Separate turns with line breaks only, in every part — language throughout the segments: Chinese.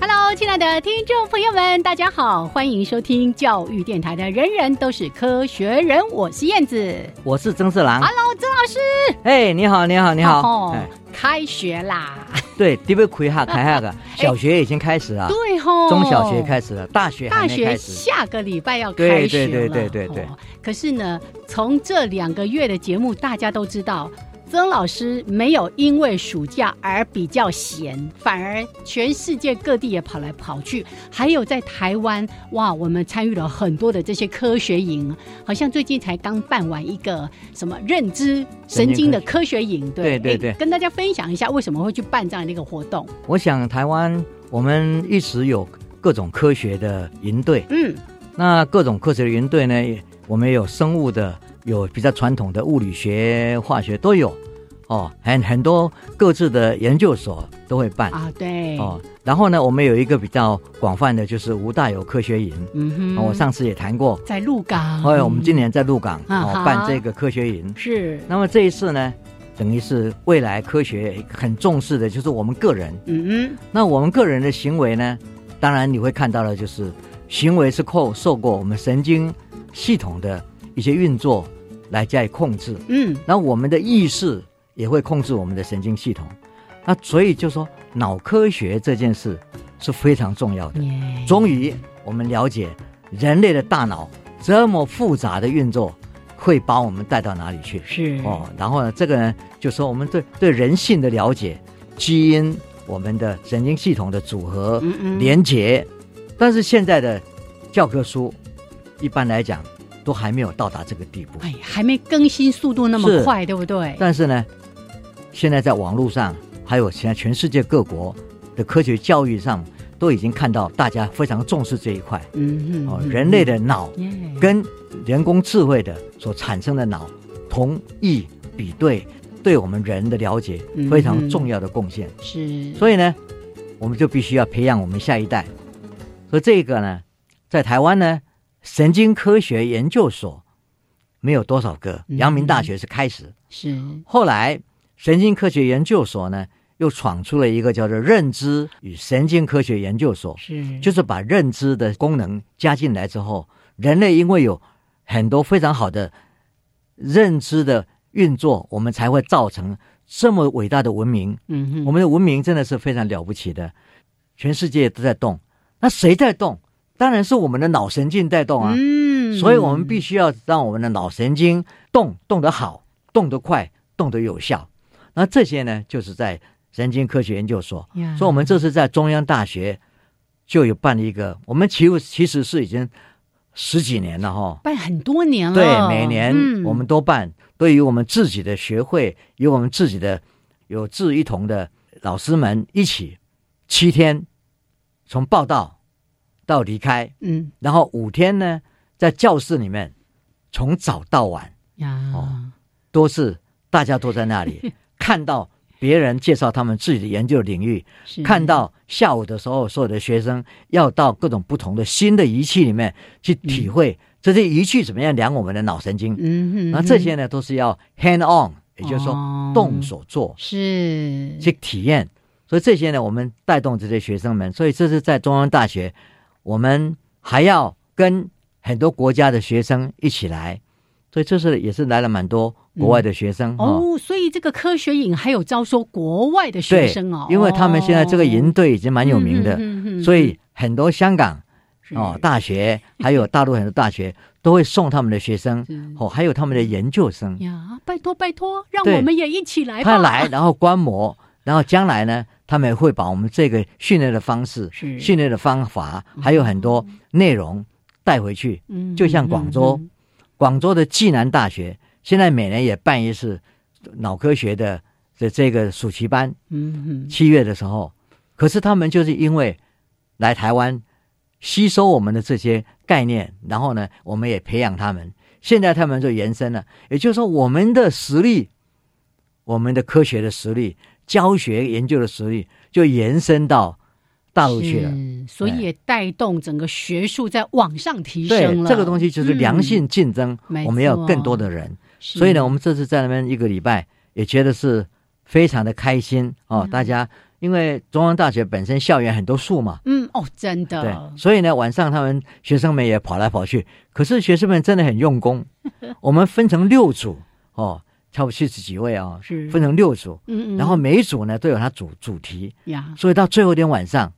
Hello，亲爱的听众朋友们，大家好，欢迎收听教育电台的《人人都是科学人》，我是燕子。
我是曾志郎。
Hello，曾老师，
哎，你好，啊你好，你好。
哦
哎，
开学啦，
对，第一开哈开 哈个，
哎
小学已经开始啊，
对哦吼，
中小学开始了，大学还
大
没
学
开始。
下个礼拜要开
对
学了，
对对对对对
哦可是呢，从这两个月的节目，大家都知道，曾老师没有因为暑假而比较闲，反而全世界各地也跑来跑去，还有在台湾，哇，我们参与了很多的这些科学营，好像最近才刚办完一个什么认知神经的科学营，
对对
哎
对
跟大家分享一下为什么会去办这样的一个活动。
我想台湾我们一直有各种科学的营队，
嗯，
那各种科学的营队呢，也我们也有生物的，有比较传统的物理学、化学都有，哦，很很多各自的研究所都会办、
啊，对，
哦。然后呢，我们有一个比较广泛的，就是吴大有科学营，
嗯
哦
哼，
我上次也谈过。
在鹿港，
后来我们今年在鹿港、
啊
哦
哈
办这个科学营，
是，
那么这一次呢，等于是未来科学很重视的，就是我们个人。
嗯嗯，
那我们个人的行为呢，当然你会看到的就是行为是扣受过我们神经系统的一些运作来加以控制。
嗯，
那我们的意识也会控制我们的神经系统。那所以就说脑科学这件事是非常重要的。
耶
终于我们了解人类的大脑这么复杂的运作会把我们带到哪里去。
是
哦，然后呢，这个呢，就说我们对对人性的了解，基因，我们的神经系统的组合、
嗯嗯
连结，但是现在的教科书，一般来讲都还没有到达这个地步。
哎，还没更新速度那么
是
快，对不对？
但是呢，现在在网络上，还有现在全世界各国的科学教育上，都已经看到大家非常重视这一块。
嗯
哦，人类的脑
耶
跟人工智慧的所产生的脑同意比对，对我们人的了解
嗯
非常重要的贡献。
是
所以呢，我们就必须要培养我们下一代。所以这个呢，在台湾呢，神经科学研究所没有多少个，
嗯
阳明大学是开始，
是
后来神经科学研究所呢又闯出了一个叫做认知与神经科学研究所，
是，
就是把认知的功能加进来之后，人类因为有很多非常好的认知的运作，我们才会造成这么伟大的文明。
嗯哼，
我们的文明真的是非常了不起的，全世界都在动。那谁在动？当然是我们的脑神经在动啊。
嗯，
所以我们必须要让我们的脑神经动动得好，动得快，动得有效。那这些呢，就是在神经科学研究所。
呀
所以，我们这次在中央大学就有办一个，我们其实其实是已经十几年了哈。
办很多年了，
对，每年
哦嗯
我们都办，对于我们自己的学会，有我们自己的有志一同的老师们一起，七天，从报道到离开，
嗯
然后五天呢，在教室里面从早到晚
呀
哦都是大家都在那里看到别人介绍他们自己的研究领域，
是
看到下午的时候，所有的学生要到各种不同的新的仪器里面去体会这些仪器怎么样量我们的脑神经。
嗯哼，
那这些呢，都是要 hand on，也就是说
哦
动手做
是
去体验。所以这些呢，我们带动这些学生们。所以这是在中央大学，我们还要跟很多国家的学生一起来。所以这是也是来了蛮多国外的学生哈
哦，所以这个科学营还有招收国外的学
对
生哦，，嗯
因为他们现在这个营队已经蛮
很
有名的，
的
所以很多香港
嗯
哦，大学还 有大陆很多大学都会送他们的学生
是
哦，还有他们的研究生，
呀，拜托拜托，让
对
我们也一起来啊吧，
他来然后观摩，然后将来呢，他们会把我们这个训练的方式、
是
训练的方法，还有很多内容带回去。
嗯，
就像广州
嗯
广州的暨南大学现在每年也办一次脑科学的的这个暑期班，
嗯嗯
七月的时候，可是他们就是因为来台湾吸收我们的这些概念，然后呢，我们也培养他们。现在他们就延伸了，也就是说，我们的实力，我们的科学的实力、教学研究的实力，就延伸到大陆去了。
是所
哎
以也带动整个学术在往上提
对
升，了。
这个东西就是良性竞争，
嗯没
我们要有更
错
多的人。
西
所以呢，我们这次在那边一个礼拜，也觉得是非常的开心哦。
嗯
大家因为中央大学本身校园很多树嘛，
嗯哦，真
对
的，
所以呢，晚上他们学生们也跑来跑去，可是学生们真的很用功。 我们分成六组哦，差不多七十几位啊、
是
分成六组，
嗯嗯，
然后每一组呢都有它主主题，
呀
所以到最后一天晚上，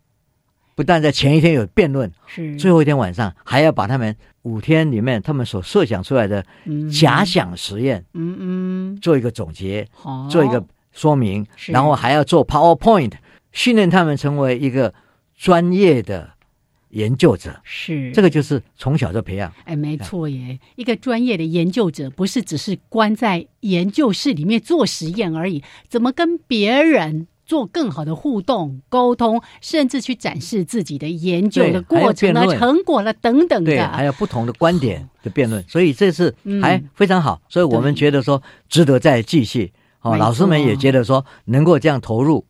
不但在前一天有辩论，
是
最后一天晚上还要把他们五天里面他们所设想出来的
嗯
假想实验
嗯嗯
做一个总结，
好
做一个说明，
哦是
然后还要做 PowerPoint，训练他们成为一个专业的研究者。
是
这个就是从小就培养，
哎，没错耶！一个专业的研究者不是只是关在研究室里面做实验而已，怎么跟别人做更好的互动、沟通，甚至去展示自己的研究
对
的
还有
过程
辩
啊、
论
成果了等等
对，还
的。啊
有不同的观 点的辩论，所以这次还
嗯
非常好，所以我们
对
觉得说值得再继续。哦，
没错
老师们也觉得说能够这样投入，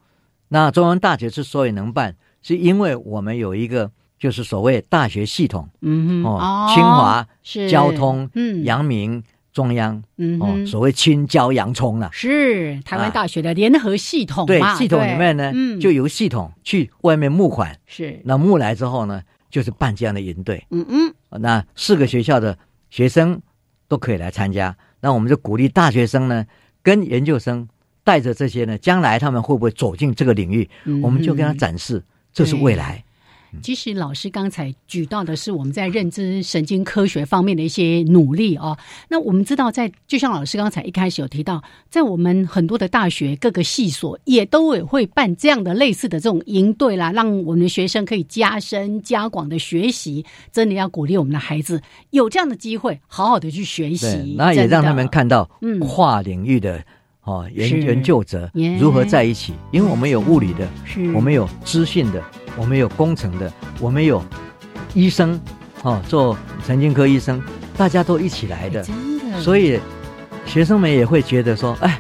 那中央大学之所以能办，是因为我们有一个就是所谓大学系统
嗯哼，
哦，清华、
是
交通、
嗯
阳明、中央
嗯
哦，
哼
所谓清交洋葱啦。
是台湾
啊
大学的联合系统
对
嘛，
系统里面呢，
嗯
就由系统去外面募款，
是
那募来之后呢，就是办这样的营队。
嗯嗯
那四个学校的学生都可以来参加。那我们就鼓励大学生呢，跟研究生带着这些呢，将来他们会不会走进这个领域，
嗯哼，
我们就跟他展示，这是未来。
其实老师刚才举到的是我们在认知神经科学方面的一些努力哦。那我们知道在，就像老师刚才一开始有提到，在我们很多的大学各个系所也都也会办这样的类似的这种营队啦，让我们的学生可以加深加广的学习。真的要鼓励我们的孩子有这样的机会，好好的去学
对
习，，
那也
真的
让他们。看到
嗯
跨领域的哦研
是
研究者
耶
如何在一起，因为我们有物理的，
是
我们有资讯的，我们有工程的，我们有医生哦，做神经科医生，大家都一起来的。
真的，
所以学生们也会觉得说，哎，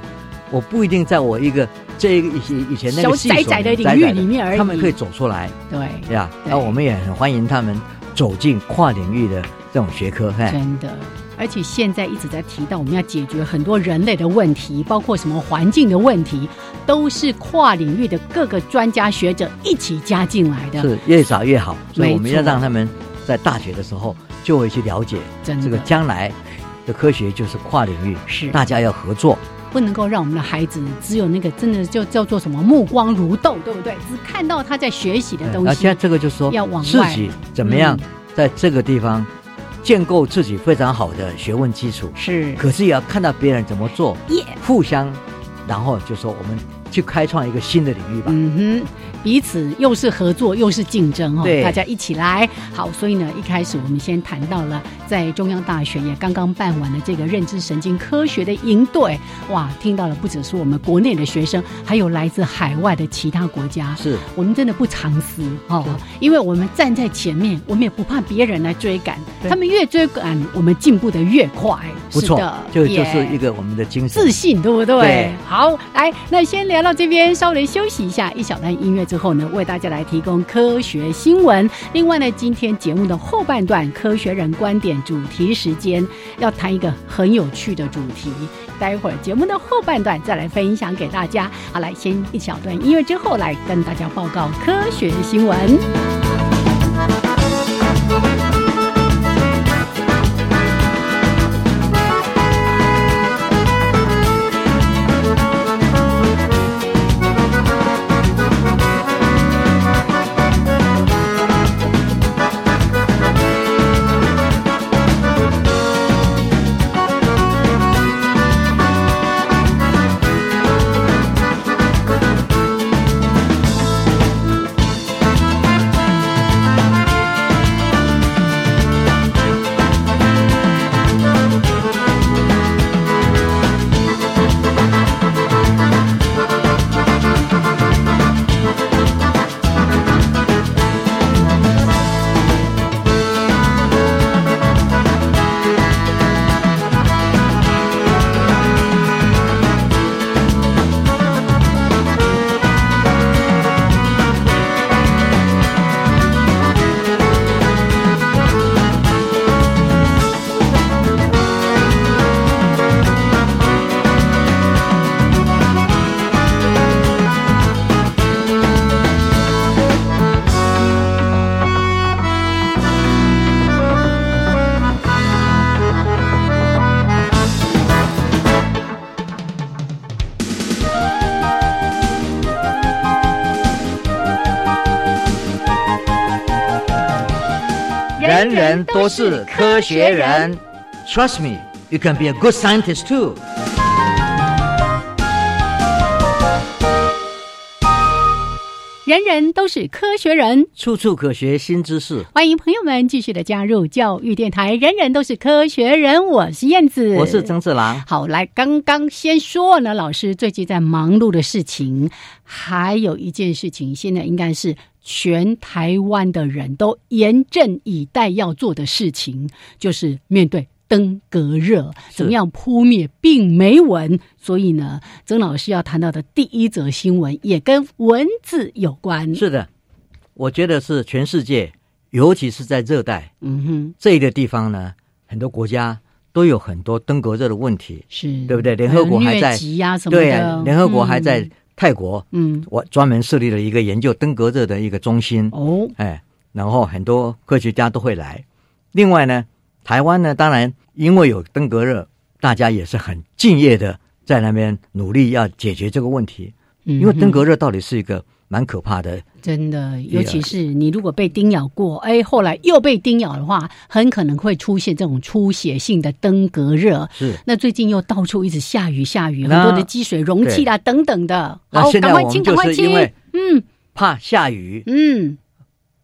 我不一定在我一个这一个以前以前那个系
小窄窄的领域里面而已
他们可以走出来
对。
呀。
对
那我们也很欢迎他们走进跨领域的这种学科，哎，
真的。而且现在一直在提到，我们要解决很多人类的问题，包括什么环境的问题，都是跨领域的各个专家学者一起加进来的。
是越早越好。所以
没
我们要
错
让他们在大学的时候就会去了解
真的，
这个将来的科学就是跨领域，
是
大家要合作。
不能够让我们的孩子只有那个真的就叫做什么目光如豆，对不对？只看到他在学习的
对
东
嗯那
西。
现在这个就是说
要往
自
外
己怎么样
嗯
在这个地方建构自己非常好的学问基础。
是
可是也要看到别人怎么做，
耶
互相，然后就说我们去开创一个新的领域吧。
嗯哼，彼此又是合作又是竞争哦
对，
大家一起来。好，所以呢，一开始我们先谈到了在中央大学也刚刚办完了这个认知神经科学的营队，哇，听到了不只是我们国内的学生，还有来自海外的其他国家。
是，
我们真的不藏私哦，因为我们站在前面，我们也不怕别人来追赶，
对
他们越追赶，我们进步的越快。
不
是
错
的，
就
耶
就是一个我们的精神
自。信，对不对？
对
好，来，那先聊到这边，稍微休息一下，一小段音乐之后呢，为大家来提供科学新闻。另外呢，今天节目的后半段《科学人观点》主题时间要谈一个很有趣的主题，待会儿节目的后半段再来分享给大家。好，来，先一小段音乐之后来跟大家报告科学新闻。
人人都是科学人。Trust me, you can be a good scientist too.
人人都是科学人。
处处可学新知识。
欢迎朋友们继续的加入教育电台，人人都是科学人，我是燕子，
我是曾志郎。
好，来，刚刚先说呢，老师最近在忙碌的事情，还有一件事情，现在应该是全台湾的人都严阵以待要做的事情，就是面对。登革热怎么样扑灭病媒蚊？所以呢，曾老师要谈到的第一则新闻也跟蚊子有关。，
是的，我觉得是全世界，尤其是在热带
嗯哼，
这一个地方呢，很多国家都有很多登革热的问题。
是
对不对联合国还在
疟疾呀什么的，
对，啊联合国还在
嗯
泰国，
嗯
我专门设立了一个研究登革热的一个中心。
哦，
哎，然后很多科学家都会来。另外呢，台湾呢，当然因为有登革热，大家也是很敬业的在那边努力要解决这个问题。
因
因为登革啊热到底是一个蛮可怕的，
嗯真的，尤其是你如果被叮咬过，哎，后来又被叮咬的话，很可能会出现这种出血性的登革热。
是。
那最近又到处一直下雨，下雨，
那
很多的积水容器啦等等的。
那
好，
现
赶
在
快
我
清，
们
赶
就
快
是
清
因。为
嗯
怕下雨，
嗯，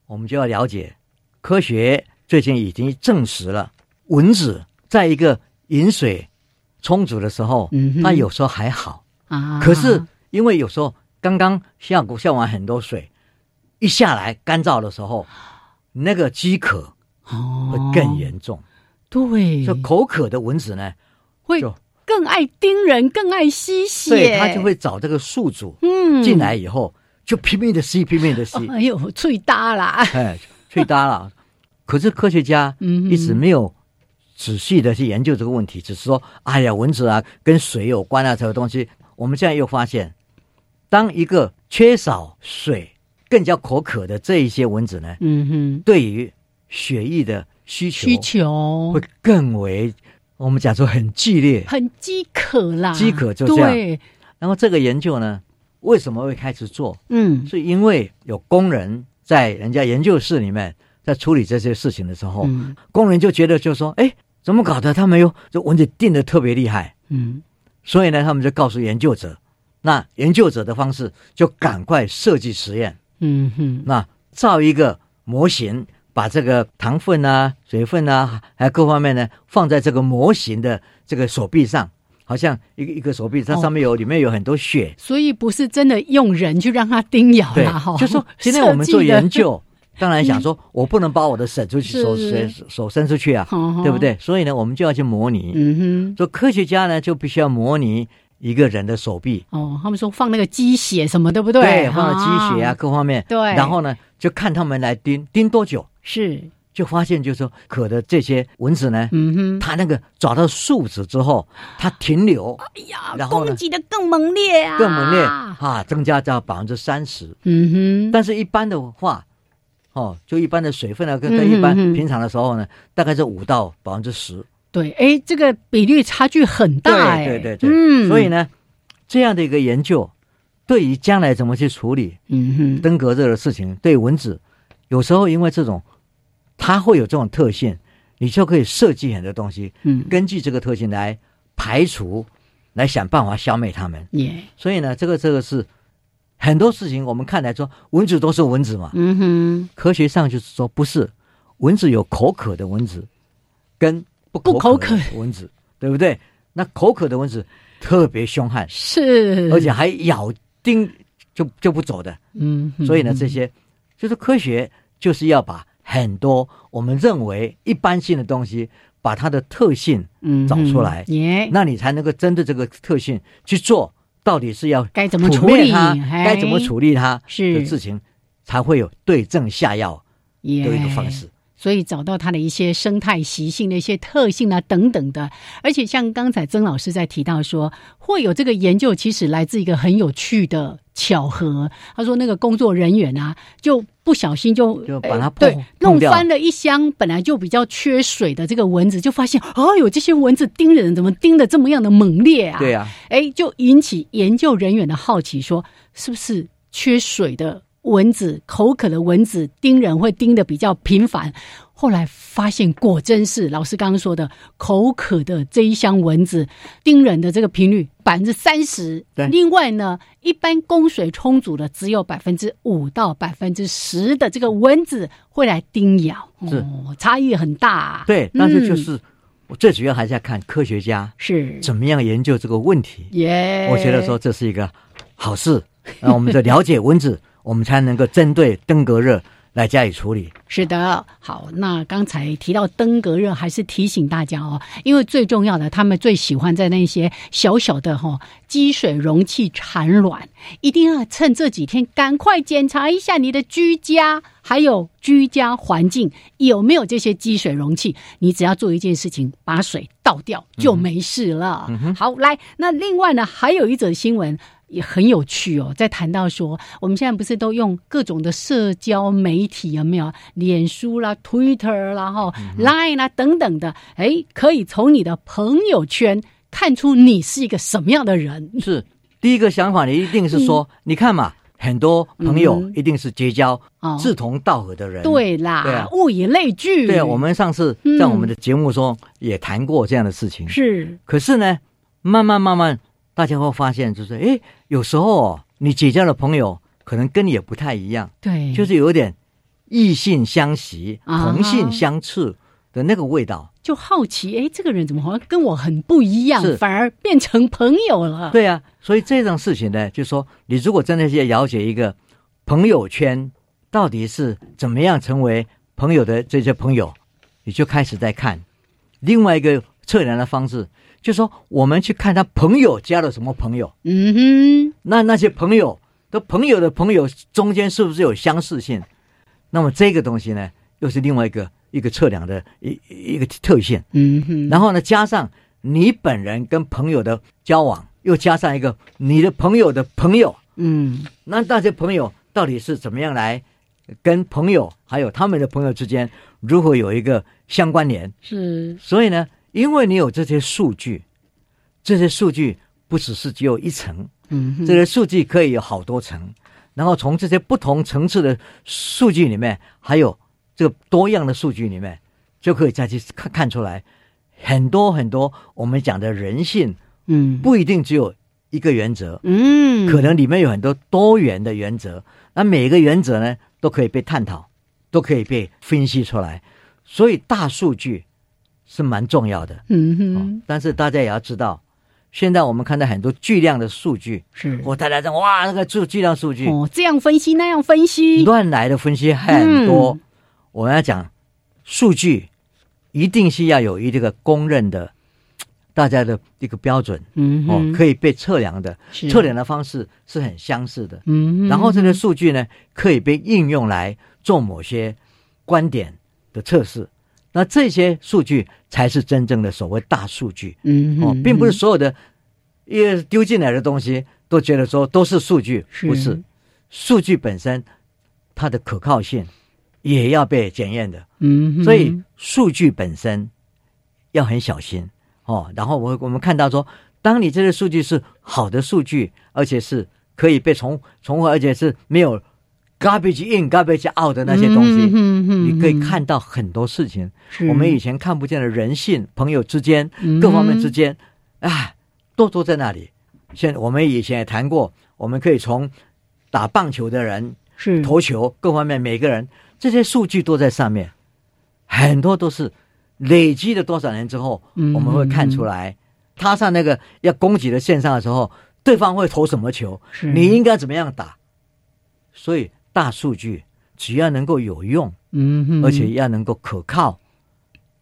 我们就要了解，科学最近已经证实了，蚊子在一个饮水充足的时候，
嗯哼
它有时候还好，
啊，
可是因为有时候刚刚下过下完很多水，一下来干燥的时候，那个饥渴会
哦，
更，严重。
对
所，以口渴的蚊子呢，
会
就
更爱叮人，更爱吸血，
对它就会找这个宿主
嗯
进。来以后，就拼命的吸，拼命的吸
哦，哎呦，最大 啦！
哎，去搭了。可是科学家
嗯
一直没有仔细的去研究这个问题，只是说，哎呀，蚊子啊，跟水有关啊，这个东西。我们现在又发现，当一个缺少水、更加口渴的这一些蚊子呢，
嗯哼，
对于血液的需求
需求
会更为，我们讲说很剧烈。
很饥渴啦，
饥渴就这样
对，
然后这个研究呢，为什么会开始做？
嗯
是因为有工人在人家研究室里面在处理这些事情的时候，
嗯
工人就觉得就说，哎，怎么搞的？他们又这蚊子叮得特别厉害，
嗯
所以呢，他们就告诉研究者，那研究者的方式就赶快设计实验，
嗯哼，
那造一个模型，把这个糖分啊、水分啊，还有各方面呢，放在这个模型的这个手臂上，好像一个一个手臂，它
哦
上面有、里面有很多血。
所以不是真的用人去让它叮咬
对
啦，哈。
就 说今天我们做
设计的
研，究，当然 想说我不能把我的手出去，手
是
手手伸出去啊，
哦
对不？对？所以呢，我们就要去模拟。
嗯
说科学家呢，就必须要模拟一个人的手臂，
哼，哦，他们说放那个鸡血什么，对不对？
放了鸡血啊，，各方面，
对
然后呢，就看他们来盯盯多久，
是，
就发现就是说，可的这些蚊子呢，
嗯哼，
它那个找到宿主之后，它停留
哎呀
然后呢
攻击的更猛烈啊，
更猛烈啊，增加到百分之三十。
嗯哼，
但是一般的话，哦，就一般的水分啊，跟
嗯
跟一般
嗯嗯
平常的时候呢，大概是五到百分之十。
对，哎，这个比率差距很大，哎，
对对对对
嗯，
所以，呢，这样的一个研究，对于将来怎么去处理
嗯哼，
登革热的事情，对蚊子，有时候因为这种，它会有这种特性，你就可以设计很多东西，
嗯，
根据这个特性来排除，来想办法消灭它们。
也，
所以呢，这个这个是很多事情我们看来说蚊子都是蚊子嘛，
嗯哼，
科学上就是说不是，蚊子有口渴的蚊子跟不
不口
口渴的蚊子，对不对？那口渴的蚊子特别凶悍，
是，
而且，还咬叮就就不走的。
嗯哼，
所以呢，这些就是科学就是要把很多我们认为一般性的东西，把它的特性，
嗯哼
找出来
也，
那你才能够针对这个特性去做，到底是要
该怎么
扑
处
灭
理？
它，
嘿
该怎么处理它的
是
事情，才会有对症下药
也
的一个方式。
所以找到它的一些生态习性的一些特性啊等等的，而且像刚才曾老师在提到说，会有这个研究，其实来自一个很有趣的巧合。他说那个工作人员啊，就不小心就
就把它
呃
碰
对
碰
弄
掉
翻了一箱本来就比较缺水的这个蚊子，就发现哦有这些蚊子叮人怎么叮的这么样的猛烈啊？
对呀、
哎，就引起研究人员的好奇说，是不是缺水的蚊子、口渴的蚊子叮人会叮的比较频繁？后来发现，果真是老师刚刚说的，口渴的这一箱蚊子叮人的这个频率百分之三十
对。
另外呢，一般供水充足的只有百分之五到百分之十的这个蚊子会来叮咬，
是
哦，差异很大啊。
对，但是就
嗯
是、我最主要还是要看科学家
是
怎么样研究这个问题。
耶
我觉得说这是一个好事，那我们就了解 蚊子，我们才能够针对登革热来加以处理。
是的，好，那刚才提到登革热，还是提醒大家哦，因为最重要的，他们最喜欢在那些小小的哈、积水容器产卵，一定要趁这几天赶快检查一下你的居家，还有居家环境有没有这些积水容器。你只要做一件事情，把水倒掉就没事了。好，来，那另外呢，还有一则新闻。也很有趣哦，在谈到说，我们现在不是都用各种的社交媒体有没有？脸书啦、Twitter 啦、哈、Line
嗯
啦等等的，哎，可以从你的朋友圈看出你是一个什么样的人。
是第一个想法，你一定是说，你看嘛，很多朋友
嗯
一定是结交
哦
志同道合的人。。
对啦，
对啊
物以类聚。
对，啊我们上次在我们的节目中也谈过这样的事
嗯
情。
是
可是呢，慢慢慢慢，大家会发现，就是诶，有时候哦，你结交的朋友可能跟你也不太一样。
对，
就是有点异性相吸、
啊
同性相斥的那个味道。
就好奇，哎，这个人怎么好像跟我很不一样
是，
反而变成朋友了？
对啊，所以这种事情呢，就是说你如果真的是要了解一个朋友圈到底是怎么样成为朋友的这些朋友，你就开始在看另外一个测量的方式，就是说我们去看他朋友交了什么朋友，
嗯哼，
那那些朋友的朋友的朋友中间是不是有相似性？那么这个东西呢，又是另外一个一个测量的一一个特性。
嗯哼，
然后呢，加上你本人跟朋友的交往，又加上一个你的朋友的朋友，
嗯，
那那些朋友到底是怎么样来跟朋友还有他们的朋友之间如何有一个相关联？
是
所以呢，因为你有这些数据，这些数据不只是只有一层，
嗯
这些数据可以有好多层，然后从这些不同层次的数据里面，还有这个多样的数据里面，就可以再去看看出来很多很多我们讲的人性，
嗯
不一定只有一个原则，
嗯，
可能里面有很多多元的原则，那每个原则呢都可以被探讨，都可以被分析出来，所以大数据是蛮重要的。
嗯
哦
哼，
但是大家也要知道，现在我们看到很多巨量的数据，
是
我大家讲哇，那个巨巨量数据
哦，这样分析那样分析，
乱来的分析很多。
嗯
我们要讲数据，一定是要有一个公认的大家的一个标准
嗯
哦
哼，，
可以被测量的，
是
测量的方式是很相似的。
嗯哼，
然后这个数据呢，可以被应用来做某些观点的测试。那这些数据才是真正的所谓大数据
嗯
哦
哼，，
并不是所有的也丢进来的东西都觉得说都是数据，
是
不是数据本身它的可靠性也要被检验的。
嗯哼，
所以数据本身要很小心哦。然后我我们看到说，当你这个数据是好的数据，而且是可以被重重合，而且是没有 garbage in garbage out 的那些东西，
嗯哼嗯
你可以，看到很多事情，
是
我们以前看不见的人性、朋友之间、
嗯
各方面之间，啊，都都在那里。现我们以前也谈过，我们可以从打棒球的人
是
投球各方面，每个人这些数据都在上面，很多都是累积了多少年之后，
嗯
我们会看出来，踏上那个要攻击的线上的时候，对方会投什么球，
是
你应该怎么样打。所以大数据只要能够有用，
嗯哼，
而且要能够可靠，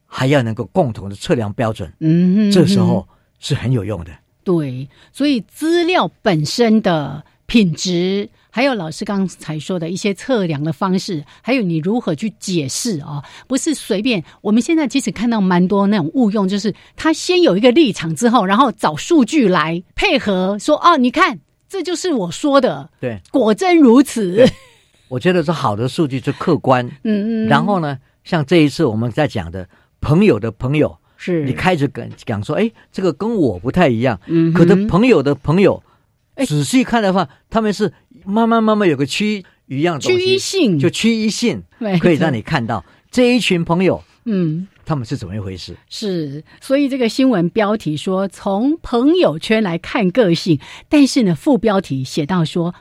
还要能够共同的测量标准，
嗯哼，
这时候是很有用的。
对，所以资料本身的品质，还有老师刚才说的一些测量的方式，还有你如何去解释啊，不是随便。我们现在其实看到蛮多那种误用，就是他先有一个立场之后，然后找数据来配合，说哦，你看这就是我说的，
对，
果真如此。
我觉得是好的数据是客观，
嗯嗯，
然后呢，像这一次我们在讲的朋友的朋友，
是
你，开始讲讲说，哎，这个跟我不太一样。
嗯哼
可能朋友的朋友，
哎
仔细看的话，他们是慢慢慢慢有个趋一样的东
居
西，
性哎
就趋一性，
没
可以让
错
你看到这一群朋友
嗯。
他们是怎么一回事。
是，所以这个新闻标题说从朋友圈来看个性，但是呢，副标题写到说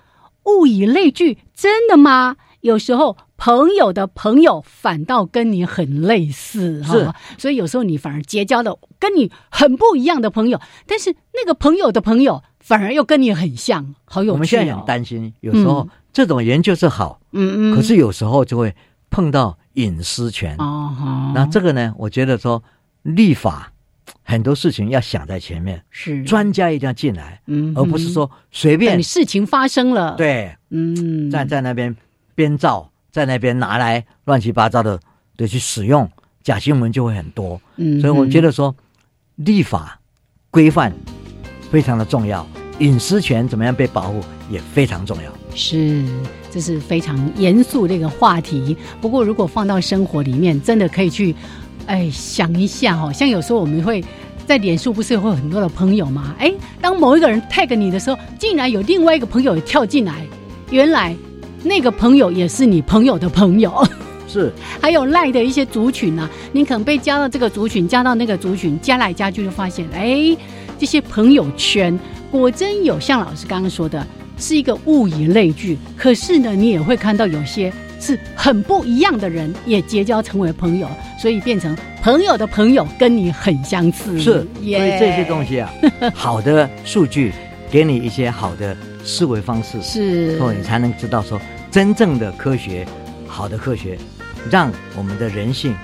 物以类聚，真的吗？有时候朋友的朋友反倒跟你很类似哈、
是
所以有时候你反而结交了跟你很不一样的朋友，但是那个朋友的朋友反而又跟你很像，好有趣、哦。
我们现在很担心，有时候
嗯
这种研究是好，
嗯嗯，
可是有时候就会碰到隐私权。
哦哈，
那这个呢，我觉得说立法很多事情要想在前面，
是
专家一定要进来，
嗯，
而不是说随便
等事情发生了，，
对
嗯，
站在那边编造，在那边拿来乱七八糟的的去使用，假新闻就会很多。
嗯，
所以我觉
得
得说，立法规范非常的重要，隐私权怎么样被保护也非常重要。
是，这是非常严肃的一个话题。不过，如果放到生活里面，真的可以去，哎，想一下哦。像有时候我们会在脸书，不是会有很多的朋友吗？哎，当某一个人 tag 你的时候，竟然有另外一个朋友也跳进来，原来那个朋友也是你朋友的朋友。
是，
还有赖的一些族群啊，你可能被加到这个族群，加到那个族群，加来加去就发现，哎，这些朋友圈果真有像老师刚刚说的，是一个物以类聚。可是呢，你也会看到有些是很不一样的人也结交成为朋友，所以变成朋友的朋友跟你很相似。
是，所以
嗯耶
这些东西啊，好的数据给你一些好的思维方式，
是
后你才能知道说真正的科学，好的科学，让我们的人性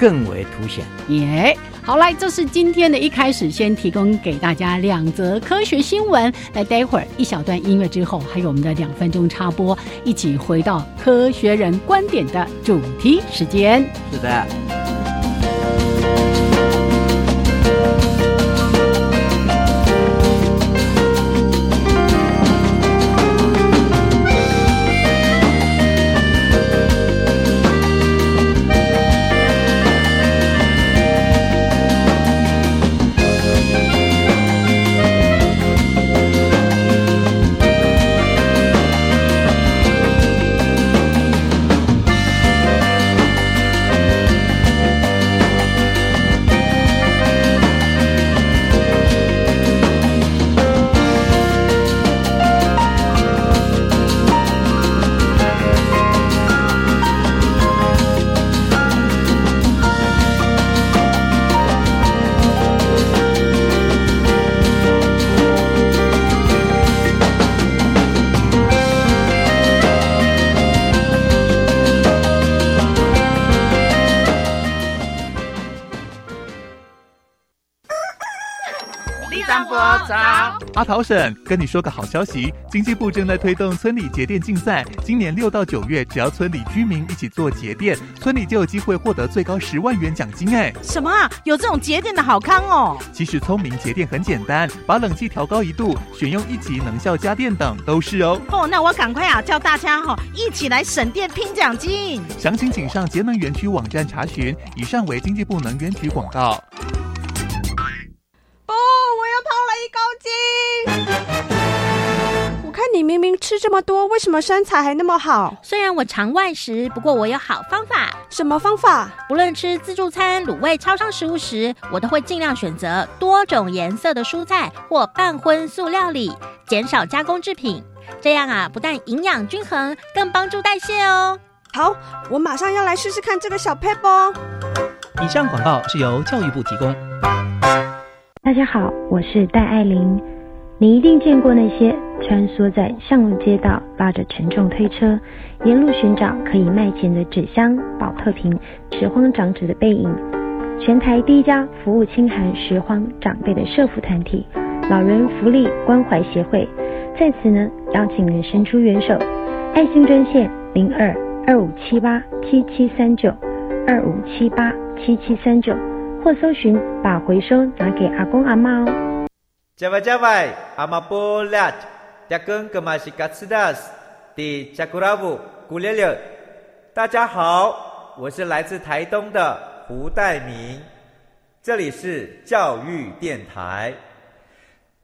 更为凸显。
耶、好来，这是今天的一开始，先提供给大家两则科学新闻。那待会儿一小段音乐之后，还有我们的两分钟插播，一起回到科学人观点的主题时间。
是的。
第三波早。
阿桃婶，跟你说个好消息，经济部正在推动村里节电竞赛，今年六到九月，只要村里居民一起做节电，村里就有机会获得最高十万元奖金。哎，
什么啊？有这种节电的好康哦！
其实聪明节电很简单，把冷气调高一度，选用一级能效家电等都是哦。
哦，那我赶快啊，叫大家哈、一起来省电拼奖金。
详情请上节能园区网站查询。以上为经济部能源局广告。
不，我要掏了一公斤。我看你明明吃这么多，为什么身材还那么好？
虽然我常外食，不过我有好方法。
什么方法？
不论吃自助餐、卤味、超商食物时，我都会尽量选择多种颜色的蔬菜或半荤素料理，减少加工制品。这样啊，不但营养均衡，更帮助代谢哦。
好，我马上要来试试看这个小 p a p e
以上广告是由教育部提供。
大家好，我是戴爱玲。你一定见过那些穿梭在巷路街道、拉着沉重推车，沿路寻找可以卖钱的纸箱、保特瓶、拾荒长者的背影。全台第一家服务清寒拾荒长辈的社服团体——老人福利关怀协会，在此呢邀请您伸出援手，爱心专线零二二五七八七七三九二五七八七七三九，或搜寻“把回收拿给阿公阿妈”哦。
Java Java, amapolat, jakeng kemashikatsidas, di jakurabu gulele。大家好，我是来自台东的胡代明，这里是教育电台。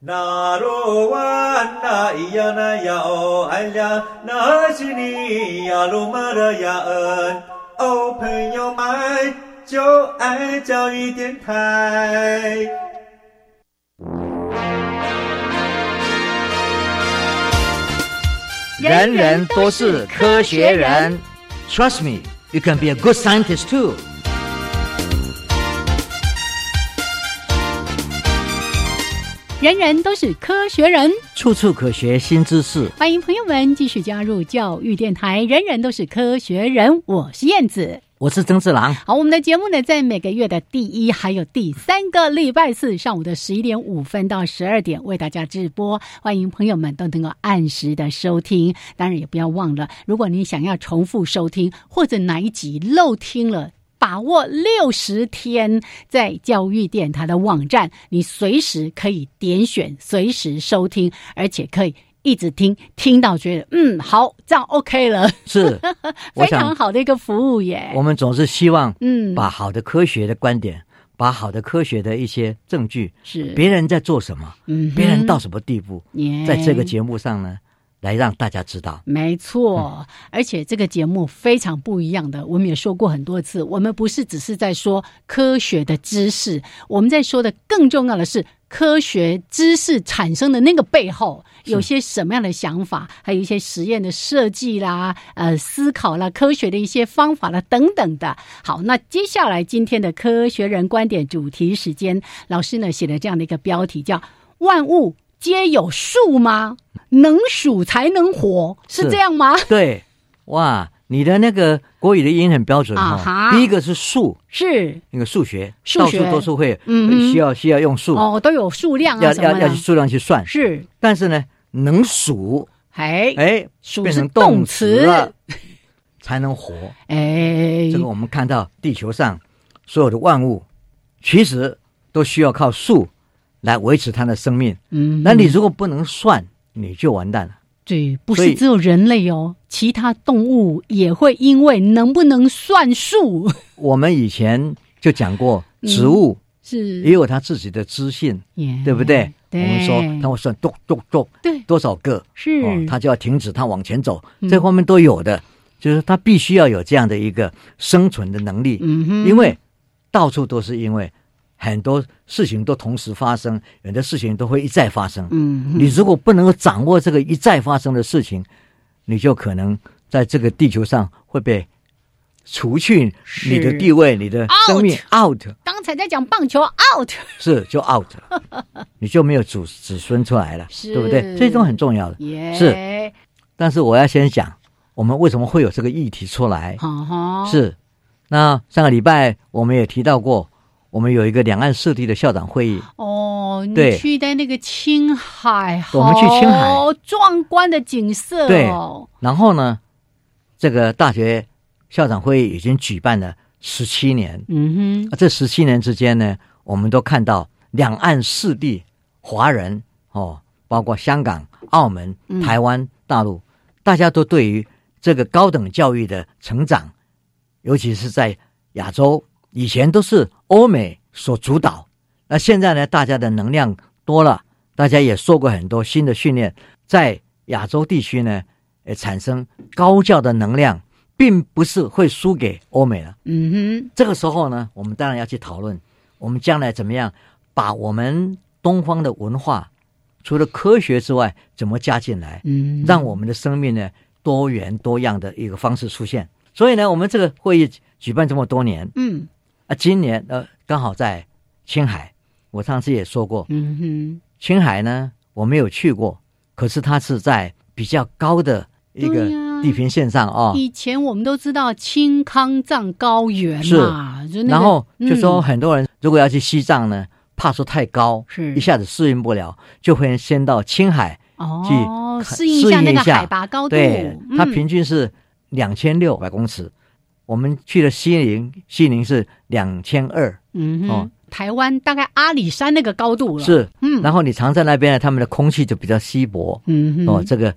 那罗哇那咿呀那呀哦哎呀，那是你呀鲁玛的呀恩哦，朋友们就爱教育电台。
人人都是科学人。Trust me, you can be a good scientist too.
人人都是科学人。
处处可学新知识。
欢迎朋友们继续加入教育电台，人人都是科学人，我是燕子。
我是曾志郎，
好，我们的节目呢，在每个月的第一还有第三个礼拜四上午的十一点五分到十二点为大家直播，欢迎朋友们都能够按时的收听。当然也不要忘了，如果你想要重复收听或者哪一集漏听了。把握六十天，在教育电台的网站，你随时可以点选，随时收听，而且可以一直听，听到觉得嗯好，这样 OK 了，
是我
非
想
常好的一个服务耶。
我们总是希望
嗯，
把好的科学的观点，把好的科学的一些证据，
是
别人在做什么，
嗯哼哎
别人到什么地步，
耶
在这个节目上呢，来让大家知道。
没
嗯
错，而且这个节目非常不一样的，我们也说过很多次，我们不是只是在说科学的知识，我们在说的更重要的是科学知识产生的那个背后有些什么样的想法，还有一些实验的设计啦、呃思考啦、科学的一些方法啦等等的。好，那接下来今天的科学人观点主题时间，老师呢写了这样的一个标题叫“万物皆有数吗？”能数才能活，是
是
这样吗？
对，哇，你的那个国语的音很标准
啊
哈。
哈
第一个是数，
是
那个数学，
数
到处
学
都是会，
嗯哼
需要需要用数，
哦，都有数量啊
要
什么
要要
的
去，数量去算。
是
但是呢，能数，
哎
哎，
数
变
是
成
动
动
词
了，才能活。
哎
这个我们看到地球上所有的万物，其实都需要靠数来维持它的生命。
嗯，
那你如果不能算，你就完蛋了。
对，不
所以
是只有人类哦，其他动物也会因为能不能算数
我们以前就讲过，植物
是
也有它自己的知性，
耶
对不对？
嗯对
我们说它会算咚咚咚
对
多少个，
是
哦，它就要停止，它往前走，
嗯
这方面都有的，就是它必须要有这样的一个生存的能力，
嗯哼，
因为到处都是因为很多事情都同时发生，有的事情都会一再发生。
嗯哼
你如果不能够掌握这个一再发生的事情，你就可能在这个地球上会被除去你的地位、你的生命 out，
刚才在讲棒球 out
是就 out，了 你就没有子子孙出来了，
是
对不对？这种很重要的。
耶，
是，但是我要先讲，我们为什么会有这个议题出来？
哈哈，
是，那上个礼拜我们也提到过，我们有一个两岸四地的校长会议，
哦，哦，你
对
去的那个青海，
我们去青海
好壮观的景色
对
哦，，
然后呢，这个大学校长会已经举办了十七年，
嗯
啊这十七年之间呢，我们都看到两岸四地华人哦，包括香港、澳门
嗯、
台湾、大陆，大家都对于这个高等教育的成长，尤其是在亚洲，以前都是欧美所主导，那现在呢，大家的能量多了，大家也受过很多新的训练，在亚洲地区呢，呃，产生高教的能量，并不是会输给欧美了。
哼，嗯
这个时候呢，我们当然要去讨论，我们将来怎么样把我们东方的文化，除了科学之外，怎么加进来
哼，，嗯，
让我们的生命呢多元多样的一个方式出现。所以呢，我们这个会议举办这么多年
嗯
啊，今年呃刚好在青海，我上次也说过，
嗯哼，
青海呢我没有去过，可是它是在比较高的一个
对呀
地平线上啊、
以前我们都知道青康藏高原
是
嘛，就那个
然后就说
嗯
很多人如果要去西藏呢，怕说太高，
是
一下子适应不了，就会先到青海
哦，
去
适应一下那个
适应一下
海拔高度，
对，它
嗯
平均是两千六百公尺。我们去了西宁，西宁是两千二，
嗯哼
哦，
台湾大概阿里山那个高度了，，
是。
嗯，
然后你常在那边呢，他们的空气就比较稀薄。
嗯哼，
哦，这个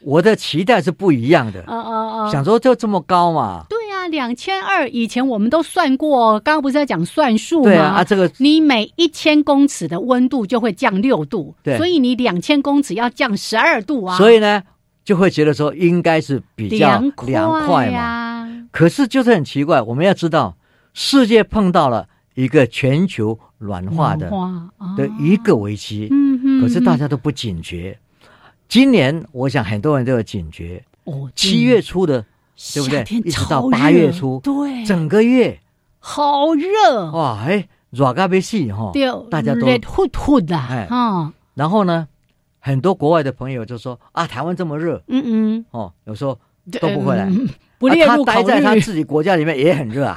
我的期待是不一样的，
哦哦哦，
想说就这么高嘛，
对啊，两千二以前我们都算过，刚刚不是在讲算术吗？
对啊，啊这个
你每一千公尺的温度就会降六度，
对
所以你两千公尺要降十二度啊，
所以呢就会觉得说应该是比较
凉
凉快嘛。
呀、
可是就是很奇怪，我们要知道，世界碰到了一个全球软化的
文化啊
的一个危机，
嗯哼，
可是大
家
家都不警觉。今年我想很多人都有警觉，
哦，
七月初的对不对
夏天
一直到
超
八月
热
初
对，
整个月，
好热，
哇，哎，热咖啡戏哈
对，，
大家都
热。乎乎的，
哎
哈，
然后呢，很多国外的朋友就说啊，台湾这么热
嗯嗯，
哦，有时候都不回来，
嗯不
啊
列入
他
考
待在 他
虑，
自己国家里面也很热啊。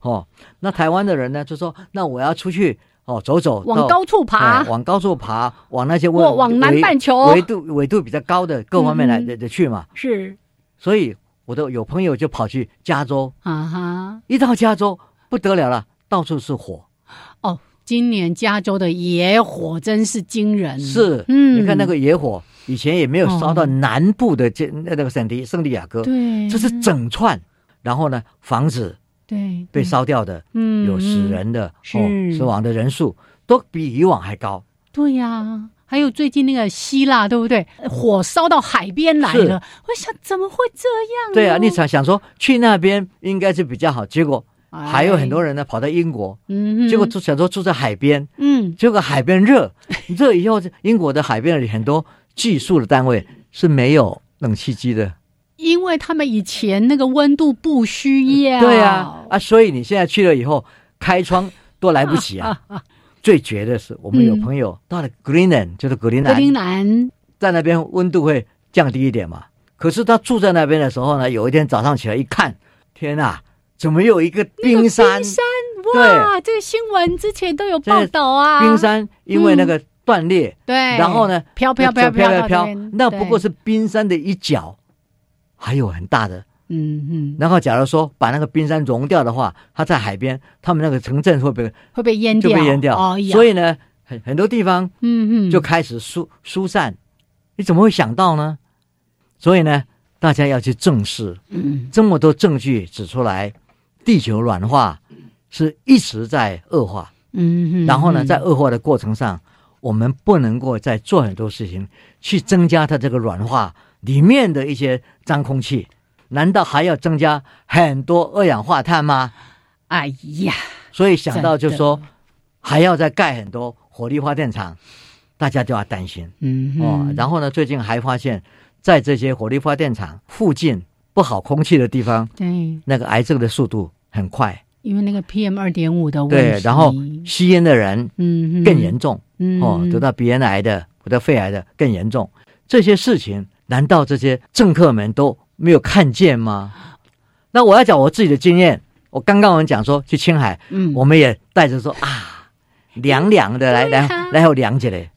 哦，那台湾的人呢，就说那我要出去哦走走，
往
到
高处爬
哎，往高处爬，往那些
我往南
纬
半球
纬度纬度比较高的各方面来
嗯
的、的去嘛。
是
所以我的有朋友就跑去加州，
啊哈。
一到加州不得了了，到处是火，
哦，今年加州的野火真是惊人，
是，
嗯
你看那个野火，以前也没有烧到
哦
南部的这、那那个圣地圣地亚哥，
对，
这是整串，然后呢房子
对
被，烧掉的。
嗯，
有死
嗯，
人的、
是
哦，死亡的人数都比以往还高。
对呀、还有最近那个希腊，对不对？火烧到海边来了，我想怎么会这样呢？
对啊，你想想说去那边应该是比较好，结果
哎
还有很多，人呢跑到英国，
嗯哼，
结果住想说住在海边，
嗯，
结果海边热，热以后英国的海边里很多寄宿的单位是没有冷气机的。
因为他们以前那个温度不需要，
对啊，啊，所以你现在去了以后开窗都来不 及啊。最绝的是，我们有
嗯
朋友到了 Greenland，就是格陵
格
兰，
陵兰，
在那边温度会降低一点嘛。可是他住在那边的时候呢，有一天早上起来一看，天呐，怎么有一个冰山？
冰山，哇，这个新闻之前都有报道啊，
冰，山因为那个断裂，
对，
然后呢，
飘哎飘
就
飘
飘
到
飘
这
飘
边，
那不过
对
是冰山的一角，还有很大的。
嗯嗯，
然后假如说把那个冰山融掉的话，它在海边，他们那个城镇会被
会被淹
就
掉，
被淹掉。
哦呀，
所
以
以呢，很很多地方
嗯嗯，
就开始疏疏散。你怎么会想到呢？所以呢，大家要去正视。
嗯
这么多证据指出来，地球软化是一直在恶化。
嗯，
然后呢，
嗯
在恶化的过程上，我们不能够再做很多事情去增加它这个软化里面的一些脏空气。难道还要增加很多二氧化碳吗？
哎呀，
所以想到就说
真
还要再盖很多火力发电厂，大家就要担心
嗯
哦。然后呢，最近还发现，在这些火力发电厂附近不好空气的地方，
对，
那个癌症的速度很快，
因为那个 PM 二点五的哦问题，
对，然后吸烟的人
嗯
更严重、
嗯
哦，
嗯
得到鼻咽癌的、得到肺癌的更严重，这些事情难道这些政客们都没有看见吗？那我要讲我自己的经验，我刚刚我们讲说去青海，
嗯
我们也带着说啊，凉凉的，来来来，后凉起来。
嗯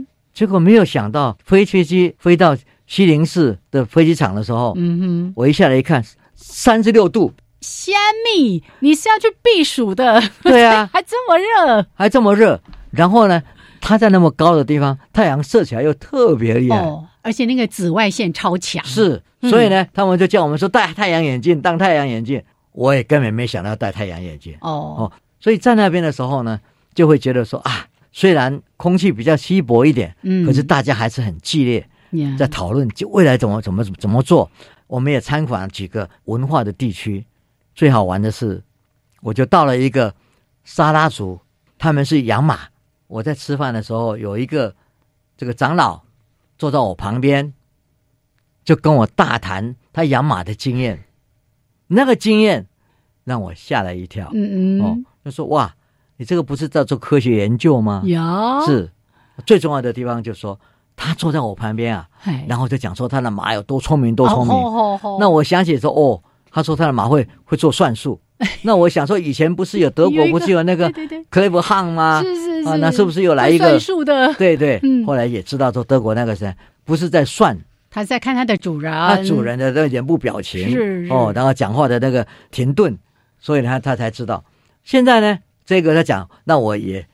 嗯。
结果没有想到，飞飞机飞到西宁市的飞机场的时候，
嗯哼，
我一下来一看，三十六度。
虾米，你是要去避暑的？
对啊，
还这么热，
还这么热。然后呢，它在那么高的地方，太阳射起来又特别厉害。
哦，而且那个紫外线超强。
是，所以呢，嗯、他们就叫我们说戴太阳眼镜，当太阳眼镜。我也根本没想到戴太阳眼镜。
哦
哦，所以在那边的时候呢，就会觉得说啊。虽然空气比较稀薄一点，
嗯，
可是大家还是很激烈，在讨论就未来怎么怎么怎么做。我们也参访几个文化的地区，最好玩的是，我就到了一个沙拉族，他们是养马。我在吃饭的时候，有一个这个长老坐到我旁边，就跟我大谈他养马的经验，那个经验让我吓了一跳。
嗯嗯，
哦，就说哇。你这个不是在做科学研究吗？
有
是，最重要的地方就是说，他坐在我旁边啊，然后就讲说他的马有多聪明，多聪明。
哎哦哦哦、
那我想起说，哦，他说他的马会会做 算术。那我想说，以前不是有德国不是有那个克雷伯汉吗？
是嗯是是
啊，那是不是又来一个
算术的？
对对，后来也知道说德国那个是不是在算。
他在看他的主人，
他啊主人的那个脸部表情
啊是
哦，然后讲话的那个停顿，所以他他才知道。现在呢？这个他讲，那我也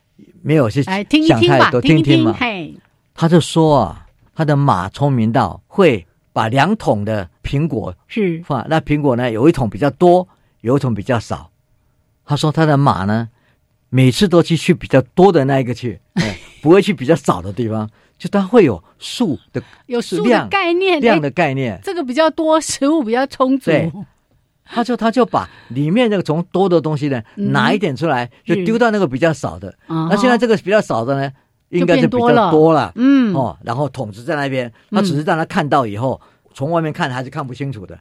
没有去想太多，
哎听
听
嘛。
他就说啊，他的马聪明到会把两桶的苹果
是
放，那苹果呢有一桶比较多，有一桶比较少。他说他的马呢，每次都去去比较多的那一个去，哎、不会去比较少的地方，就它会有数的
有数的概念哎
量的概念，
这个比较多，食物比较充足。
对他就他就把里面那个从多的东西呢、
嗯、
拿一点出来，就丢到那个比较少的。
啊
那现在这个比较少的呢，应该
是
比较啊多了。
嗯
哦，然后桶子在那边，他只是让他看到以后，嗯、从外面看还是看不清楚的。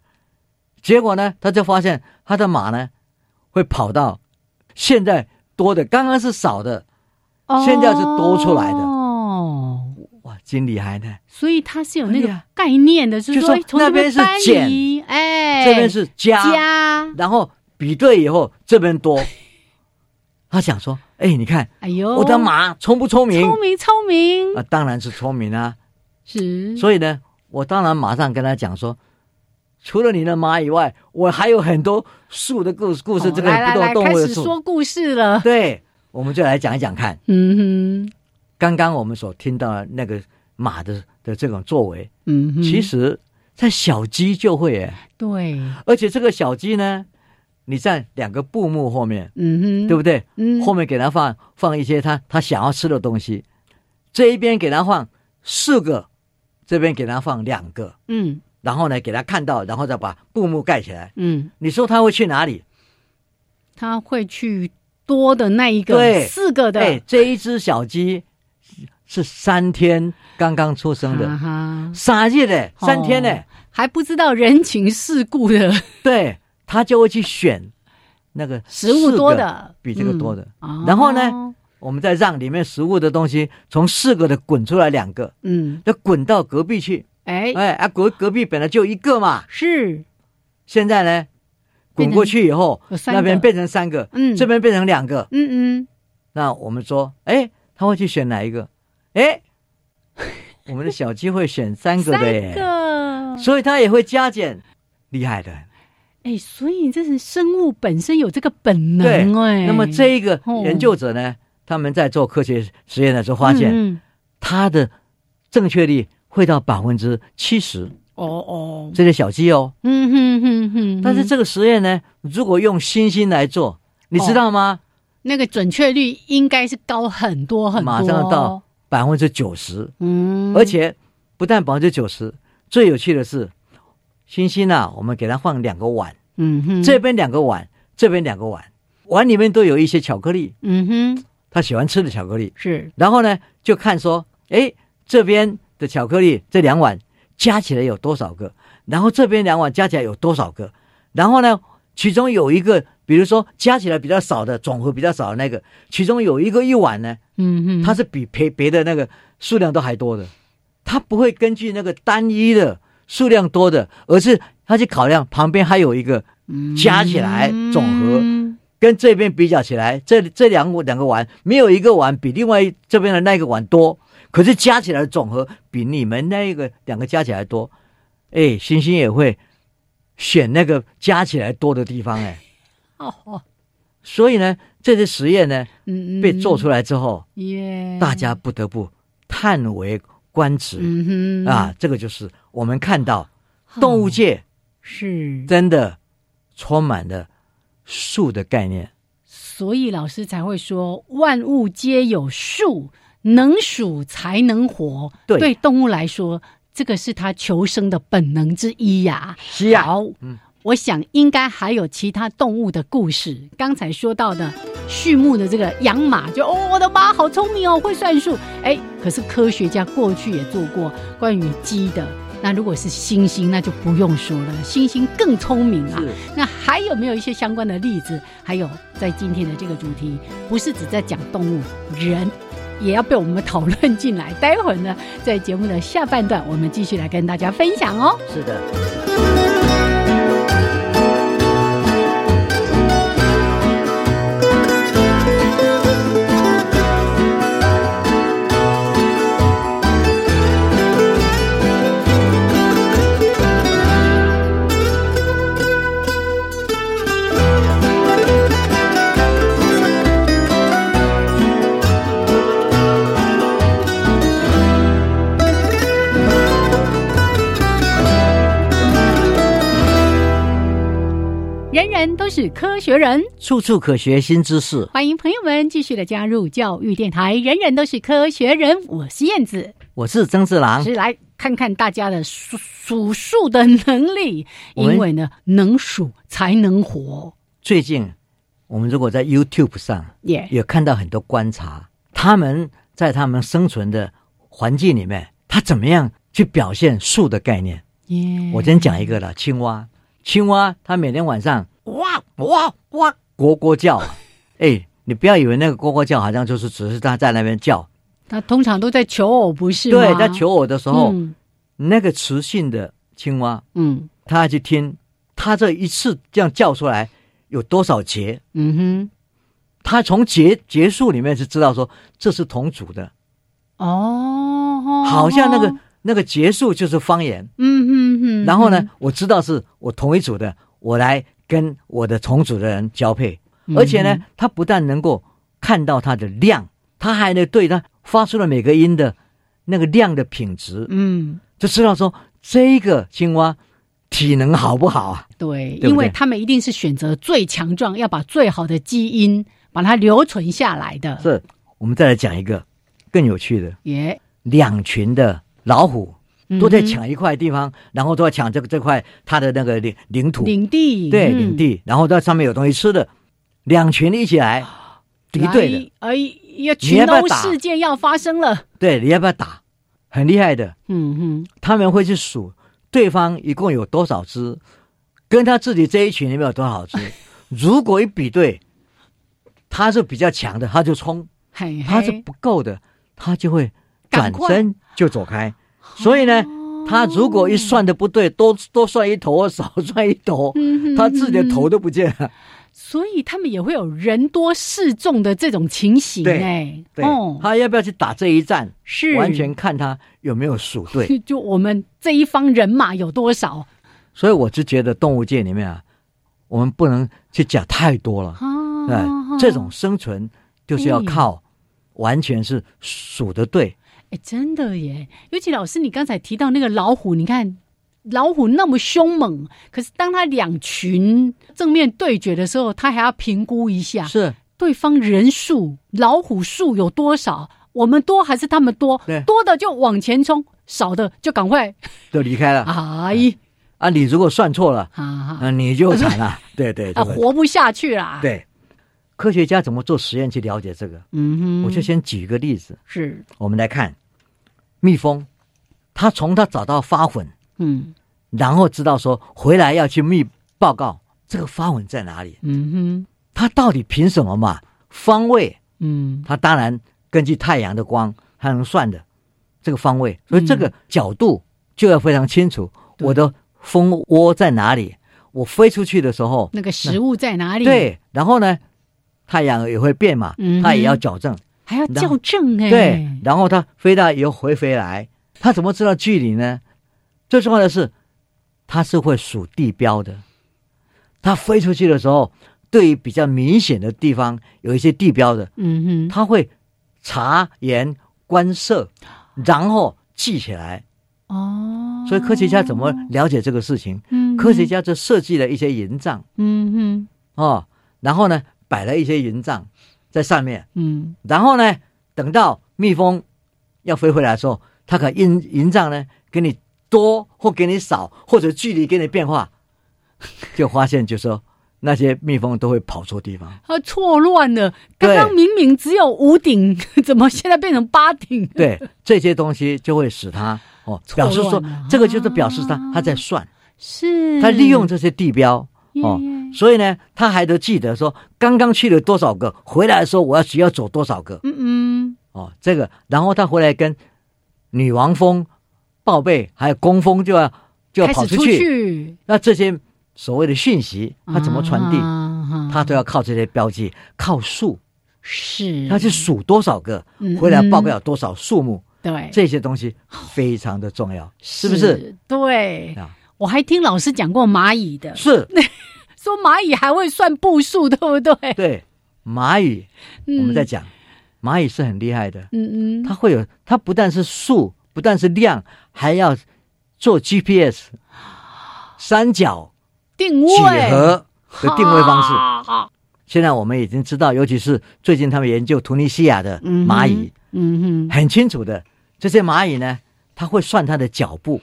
结果呢，他就发现他的马呢会跑到现在多的，刚刚是少的，
哦、
现在是多出来的。
哦，
哇，真厉害呢！
所以他是有那个概念的，是说哎从
那边是减，
哎，
这边是加，
加，
然后比对以后这边多。他想说，哎，你看，
哎呦，
我的马聪不聪明？
聪明，聪明
啊，当然是聪明啊。
是，
所以呢，我当然马上跟他讲说，除了你的马以外，我还有很多树的故事，故事、
哦、
这个不
动
动物的
开始说故事了。
对，我们就来讲一讲看。
嗯哼，
刚刚我们所听到的那个马的的这种作为，
嗯哼，
其实在小鸡就会耶。
对，
而且这个小鸡呢，你在两个布幕后面，
嗯哼，
对不对？
嗯，
后面给它放放一些它它想要吃的东西，这一边给它放四个，这边给它放两个，
嗯，
然后呢给它看到，然后再把布幕盖起来，
嗯，
你说它会去哪里？
它会去多的那一个，
对，
四个的。
对，哎这一只小鸡是三天刚刚出生的，三日嘞，三天嘞、
哦，啊还不知道人情世故的，
对，它就会去选。那个
食物多的
比这个多的，
嗯、
然后呢，哦、我们再让里面食物的东西从四个的滚出来两个，
嗯，
要滚到隔壁去，
哎
哎啊，隔隔壁本来就一个嘛，
是，
现在呢，滚过去以后，那边变成三个，
嗯，
这边变成两个，
嗯嗯，
那我们说，哎，他会去选哪一个？哎，我们的小鸡会选三个的耶，
三
所以它也会加减，厉害的。
哎，所以这是生物本身有这个本能哎。
那么这一个研究者呢，他们在做科学实验的时候发
嗯
现，它的正确率会到百分之七十。
哦哦，
这些小鸡哦，
嗯哼哼哼。
但是这个实验呢，如果用星星来做，你知道吗？
那个准确率应该是高很多很多，
马上到百分之九十。
嗯，
而且不但百分之九十，最有趣的是，星星啊，我们给它放两个碗，
嗯哼，
这边两个碗，这边两个碗，碗里面都有一些巧克力，
嗯哼，
他喜欢吃的巧克力
是。
然后呢，就看说，哎，这边的巧克力这两碗加起来有多少个？然后这边两碗加起来有多少个？然后呢，其中有一个，比如说加起来比较少的，总和比较少的那个，其中有一个一碗呢，
嗯哼，
它是比别别的那个数量都还多的。它不会根据那个单一的数量多的，而是它去考量旁边还有一个加起来总和，
嗯、
跟这边比较起来，这这两两个碗没有一个碗比另外这边的那个碗多，可是加起来的总和比你们那一个两个加起来多。哎，星星也会选那个加起来多的地方哎。
哦，
所以呢，这些实验呢
嗯嗯
被做出来之后，
耶，
大家不得不叹为观止。
嗯哼
啊，这个就是我们看到动物界
是，
真的充满了数的概念。
所以老师才会说万物皆有数，能数才能活。
对
动物来说，这个是它求生的本能之一呀、
是呀
好，
嗯
我想应该还有其他动物的故事。刚才说到的畜牧的这个养马，就哦，我的马好聪明哦，会算数。哎，可是科学家过去也做过关于鸡的。那如果是猩猩，那就不用说了，猩猩更聪明啊。
是
那还有没有一些相关的例子？还有在今天的这个主题，不是只在讲动物，人也要被我们讨论进来。待会儿呢，在节目的下半段，我们继续来跟大家分享哦。
是的。
人人都是科学人，
处处可学新知识。
欢迎朋友们继续的加入教育电台。人人都是科学人，我是燕子，
我是曾志郎
是，来看看大家的数数数的能力，
我们
因为呢，能数才能活。
最近我们如果在 YouTube 上
耶、
也看到很多观察，他们在他们生存的环境里面，他怎么样去表现树的概念？
耶！
我先讲一个了，青蛙，青蛙它每天晚上哇哇哇呱呱 叫啊，哎，你不要以为那个呱呱叫好像就是只是它在那边叫，
他通常都在求偶，不是
对，
吗
在求偶的时候，
嗯
那个雌性的青蛙，
嗯
它要去听，它这一次这样叫出来有多少节，
嗯
他从结结束里面是知道说这是同组的，
哼，哦，
好像那个那个结束就是方言。
嗯嗯嗯，
然后呢，我知道是我同一组的，我来跟我的同组的人交配。
嗯，
而且呢，他不但能够看到它的量，他还能对它发出的每个音的那个量的品质，
嗯，
就知道说这个青蛙体能好不好啊？
对，
对
因为
对
他们一定是选择最强壮，要把最好的基因把它留存下来的，
是，我们再来讲一个更有趣的，
耶，
两群的老虎。
嗯
都在抢一块地方，然后都要抢这个这块它的那个领领土，
领地，
对
嗯
领地，然后到上面有东西吃的，两群一起来敌对的，，
来哎，要
你
群
要不要
殴
打
事件要发生了，
对，你要不要打？很厉害的，
嗯哼，
他们会去数对方一共有多少只，跟他自己这一群里面有多 少只，如果一比对，他是比较强的，他就冲；
嘿嘿，
他是不够的，他就会
哎赶
转
快哦
身就走开。所以呢，他如果一算的不对，多多算一头，啊少算一头，
嗯哼
他自己的头都不见了。
所以他们也会有人多势众的这种情形，
对
哎，
对
哦，
他要不要去打这一战，
是
完全看他有没有数对。
就就我们这一方人马有多少
所以我就觉得动物界里面啊，我们不能去讲太多了。
啊？
哎，这种生存就是要靠完全是数的对，
哎，真的耶！尤其老师，你刚才提到那个老虎，你看老虎那么凶猛，可是当它两群正面对决的时候，它还要评估一下
是
对方人数、老虎数有多少，我们多还是他们多
对？
多的就往前冲，少的就赶快，
就离开了
哎，
啊。你如果算错了，
啊
啊，你就惨了。对对
啊，
对，
活不下去啦！，
对。科学家怎么做实验去了解这个？
嗯哼，
我就先举一个例子，
是，
我们来看蜜蜂，它从它找到发混，
嗯
然后知道说回来要去密报告这个发文在哪里，
嗯哼，
它到底凭什么嘛？方位，
嗯
它当然根据太阳的光，它能算的这个方位，所以这个角度就要非常清楚，
嗯对
我的蜂窝在哪里，我飞出去的时候，
那个食物在哪里？，
对，然后呢，太阳也会变嘛，
嗯哼
它也要矫正。
还要校正哎、
对，然后它飞到又回回来，它怎么知道距离呢？最重要的是，它是会数地标的。它飞出去的时候，对于比较明显的地方有一些地标的，
嗯哼，
它会察言观色，然后记起来。
哦，
所以科学家怎么了解这个事情？
嗯
科学家就设计了一些营帐
嗯哼，
哦，然后呢摆了一些营帐在上面，
嗯
然后呢等到蜜蜂要飞回来的时候，它可营营帐呢给你多或给你少或者距离给你变化，就发现就说那些蜜蜂都会跑错地方。
它错乱了。刚
对
刚明明只有五顶， 怎么现在变成八顶？
对这些东西就会使它哦，
错
表
乱
示说
了啊
这个就是表示它它在算，
是
它利用这些地标哦
耶，嗯
所以呢，他还得记得说刚刚去了多少个，回来的时候我要需要走多少个
嗯嗯，
哦，这个，然后他回来跟女王蜂、报备还有工蜂就要就要
开
跑
始
出
出
去，
去，
那这些所谓的讯息，它怎么传递，
啊
它都要靠这些标记，靠数，
是
它去数多少个
嗯，
回来报告有多少数目，
对，
这些东西非常的重要，是不是？？
对
啊，
我还听老师讲过蚂蚁的，
是，
说蚂蚁还会算步数，对不对？
对，蚂蚁，我们在
嗯
讲，蚂蚁是很厉害的，
嗯嗯，
它会有，它不但是数，不但是量，还要做 GPS 三角
定
几
位
何的定位方式。
式，
现在我们已经知道，尤其是最近他们研究突尼西亚的
嗯哼
蚂蚁，，
嗯哼，
很清楚的，这些蚂蚁呢，它会算它的脚步。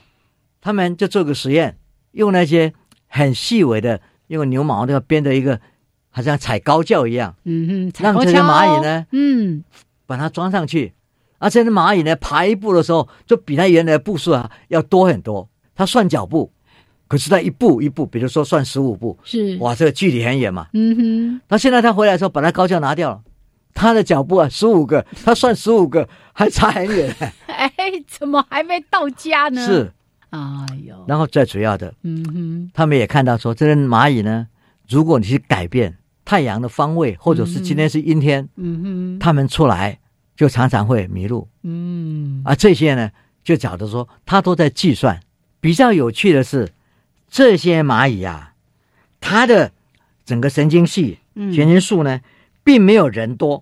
他们就做个实验，用那些很细微的，用牛毛那个编的一个，好像踩高跷一样，
嗯哼，踩
让
高
这些
跷
蚂蚁呢，
嗯，
把它装上去。而且那蚂蚁呢，爬一步的时候，就比它原来的步数啊要多很多。它算脚步，可是它一步一步，比如说算十五步，
是，
哇，这个距离很远嘛。
嗯哼，
那现在它回来的时候，把它高跷拿掉了，它的脚步啊十五个，它算十五个，还差很远。
哎，怎么还没到家呢？，
是，
哎呦，
然后最主要的，
嗯哼，
他们也看到说，这些蚂蚁呢，如果你去改变太阳的方位，或者是今天是阴天，
嗯哼，
它们出来就常常会迷路。
嗯，
而啊这些呢，就假如说他都在计算。比较有趣的是，这些蚂蚁啊，它的整个神经系、
嗯
神经素呢，并没有人多，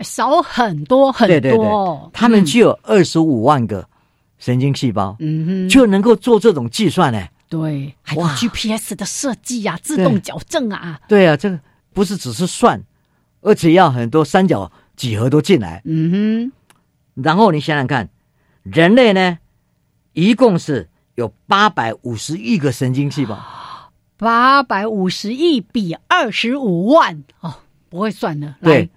少很多很
对对对
多，，嗯
它们具有二十五万个神经细胞，
嗯哼，
就能够做这种计算呢。
对，还有
哇
GPS 的设计呀、自动
对
矫正啊，
对啊，这个不是只是算，而且要很多三角几何都进来。
嗯哼，
然后你想想看，人类呢，一共是有八百五十亿个神经细胞。
八百五十亿比二十五万哦，不会算的，来
对，，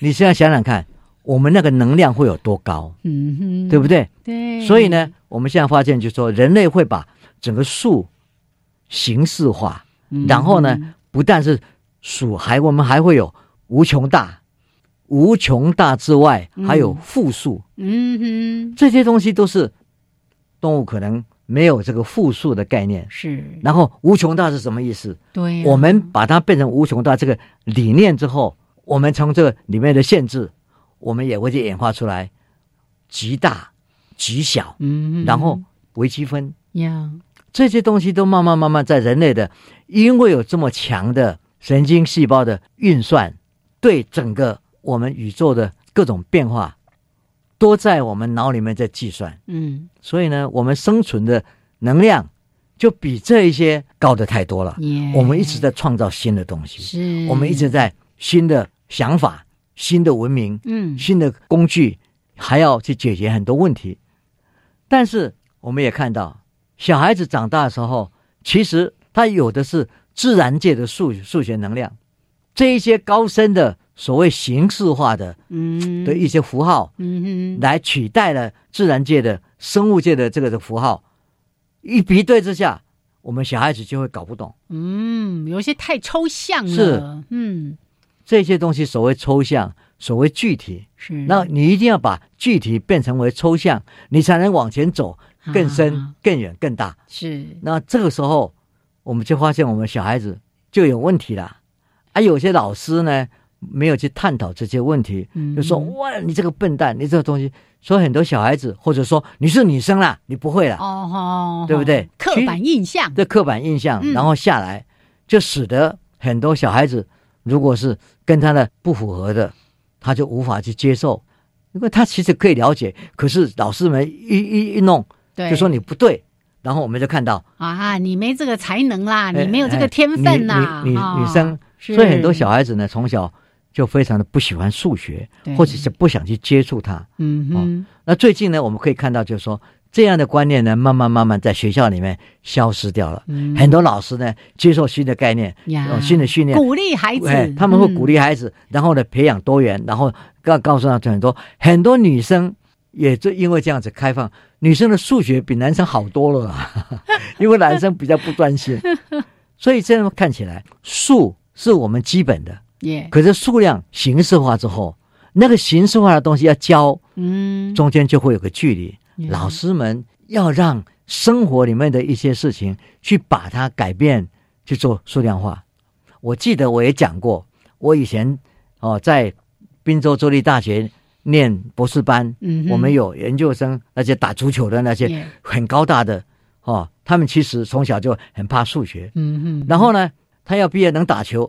你现在想想看，我们那个能量会有多高，
嗯哼，
对不对？
对，
所以呢，我们现在发现，就是说人类会把整个数形式化，
嗯哼，
然后呢，不但是数，还我们还会有无穷大，无穷大之外还有复数，
嗯哼，
这些东西都是动物可能没有这个复数的概念。
是，
然后无穷大是什么意思？
对啊呀、
我们把它变成无穷大这个理念之后，我们从这个里面的限制，我们也会去演化出来极大、极小，
嗯哼，
然后微积分
呀，
这些东西都慢慢慢慢在人类的，因为有这么强的神经细胞的运算，对整个我们宇宙的各种变化，都在我们脑里面在计算。
嗯
所以呢，我们生存的能量就比这一些高的太多了。
耶，
我们一直在创造新的东西。
是，
我们一直在新的想法、新的文明、
嗯
新的工具，还要去解决很多问题。但是我们也看到，小孩子长大的时候，其实他有的是自然界的数数学能量，这一些高深的所谓形式化的
嗯
的一些符号，
嗯哼，
来取代了自然界的、生物界的这个的符号。一比对之下，我们小孩子就会搞不懂。
嗯，有些太抽象了，
是，
嗯
这些东西所谓抽象，所谓具体，
是，
那你一定要把具体变成为抽象，你才能往前走更深、
啊
更远、更大。
是，
那这个时候，我们就发现我们小孩子就有问题了。啊，有些老师呢，没有去探讨这些问题，
嗯
就说哇，你这个笨蛋，你这个东西。所以很多小孩子，或者说你是女生啦，你不会啦，
哦，
对不对？
刻板印象，
对刻板印象，
嗯
然后下来就使得很多小孩子，如果是跟他的不符合的，他就无法去接受，因为他其实可以了解，可是老师们一一一弄，
对，
就说你不对，然后我们就看到
啊，你没这个才能啦，啊
哎
你没有这个天分
呐，
呐，啊
女女生，所以很多小孩子呢，从小。就非常的不喜欢数学，或者是不想去接触它。
嗯嗯、
哦。那最近呢，我们可以看到，就是说这样的观念呢，慢慢慢慢在学校里面消失掉了。
嗯、
很多老师呢，接受新的概念，哦、新的训练，
鼓励孩子、
哎，他们会鼓励孩子，嗯、然后呢，培养多元，然后告告诉他很多很多女生也就因为这样子开放，女生的数学比男生好多了，啊 因为男生比较不专心，所以这样看起来，数是我们基本的。可是数量形式化之后，那个形式化的东西要教，
嗯，
中间就会有个距离。老师们要让生活里面的一些事情去把它改变，去做数量化。我记得我也讲过，我以前哦在滨州州立大学念博士班，
嗯，
我们有研究生，那些打足球的那些很高大的哦，他们其实从小就很怕数学，
嗯嗯，
然后呢，他要毕业能打球。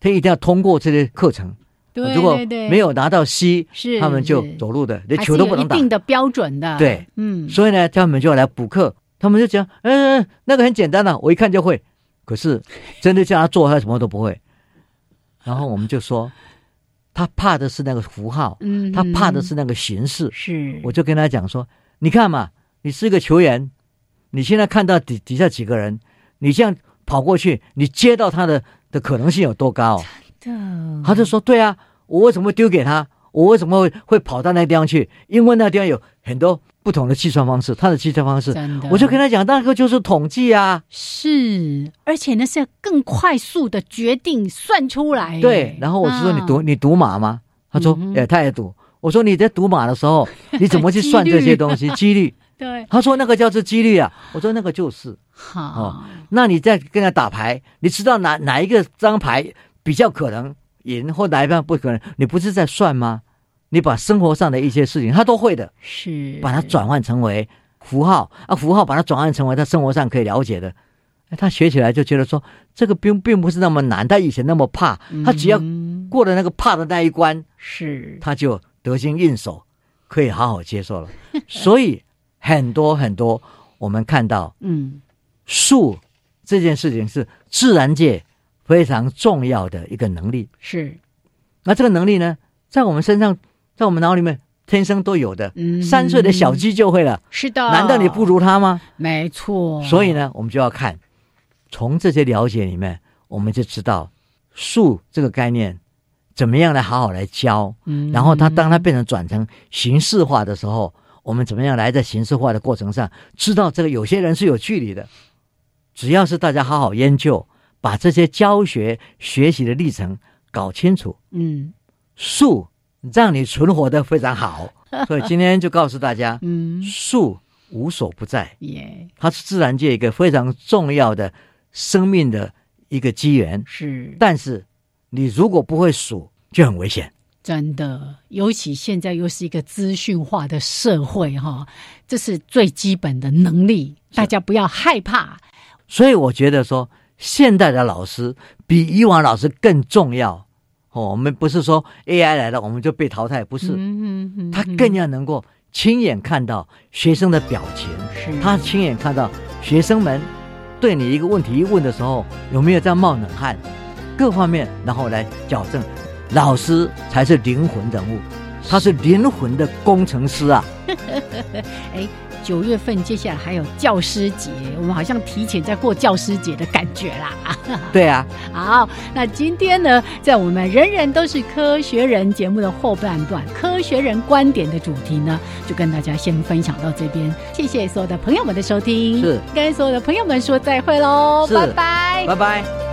他一定要通过这些课程，
对
如果没有拿到 C，
是
他们就走路的，连球都不能打。
一定的标准的，
对，
嗯，
所以呢，他们就来补课，他们就讲，嗯、呃，那个很简单的、啊，我一看就会。可是真的叫他做，他什么都不会。然后我们就说，他怕的是那个符号，
嗯，
他怕的是那个形式。
是，
我就跟他讲说，你看嘛，你是个球员，你现在看到底底下几个人，你这样跑过去，你接到他的。的可能性有多高、哦？
真的，
他就说：“对啊，我为什么会丢给他？我为什么会会跑到那个地方去？因为那个地方有很多不同的计算方式，他的计算方式，我就跟他讲，那个就是统计啊。
是，而且那是要更快速的决定算出来。
对，然后我就说：你赌、啊、你赌马吗？他说：哎、嗯，他也赌。我说：你在赌马的时候，你怎么去算这些东西？ 几率？
对。
他说：那个叫做几率啊。我说：那个就是。”
好、
哦，那你再跟他打牌，你知道哪哪一个张牌比较可能赢，或哪一张不可能？你不是在算吗？你把生活上的一些事情，他都会的，
是
把它转换成为符号啊，符号把它转换成为他生活上可以了解的。哎他学起来就觉得说，这个并并不是那么难。他以前那么怕，他只要过了那个怕的那一关，
嗯是、嗯、
他就得心应手，可以好好接受了。所以很多很多，我们看到，
嗯。
数这件事情是自然界非常重要的一个能力。
是，
那这个能力呢，在我们身上，在我们脑里面天生都有的。
嗯，哦
三岁的小鸡就会了。
是的。
难道你不如他吗？
没错。
所以呢，我们就要看从这些了解里面，我们就知道数这个概念怎么样来好好来教。
嗯。
然后它当它变成转成形式化的时候，我们怎么样来在形式化的过程上，知道这个有些人是有距离的。只要是大家好好研究，把这些教学学习的历程搞清楚，
嗯，
数让你存活的非 常好。所以今天就告诉大家，
嗯，
数无所不在，
耶，
它是自然界一个非常重要的生命的一个机缘。
是，
但是你如果不会数，就很危险。
真的，尤其现在又是一个资讯化的社会，哈，这是最基本的能力，大家不要害怕。
所以我觉得说，现代的老师比以往老师更重要。哦，我们不是说 AI 来了我们就被淘汰，不是，
嗯嗯嗯、
他更要能够亲眼看到学生的表情，
嗯
他亲眼看到学生们对你一个问题一问的时候有没有在冒冷汗，各方面，然后来矫正。老师才是灵魂人物，他是灵魂的工程师啊。
哎。九月份，接下来还有教师节，我们好像提前在过教师节的感觉啦。
对啊，
好，那今天呢，在我们“人人都是科学人”节目的后半段，科学人观点的主题呢，就跟大家先分享到这边。谢谢所有的朋友们的收听，
是
跟所有的朋友们说再会喽，拜拜，
拜拜。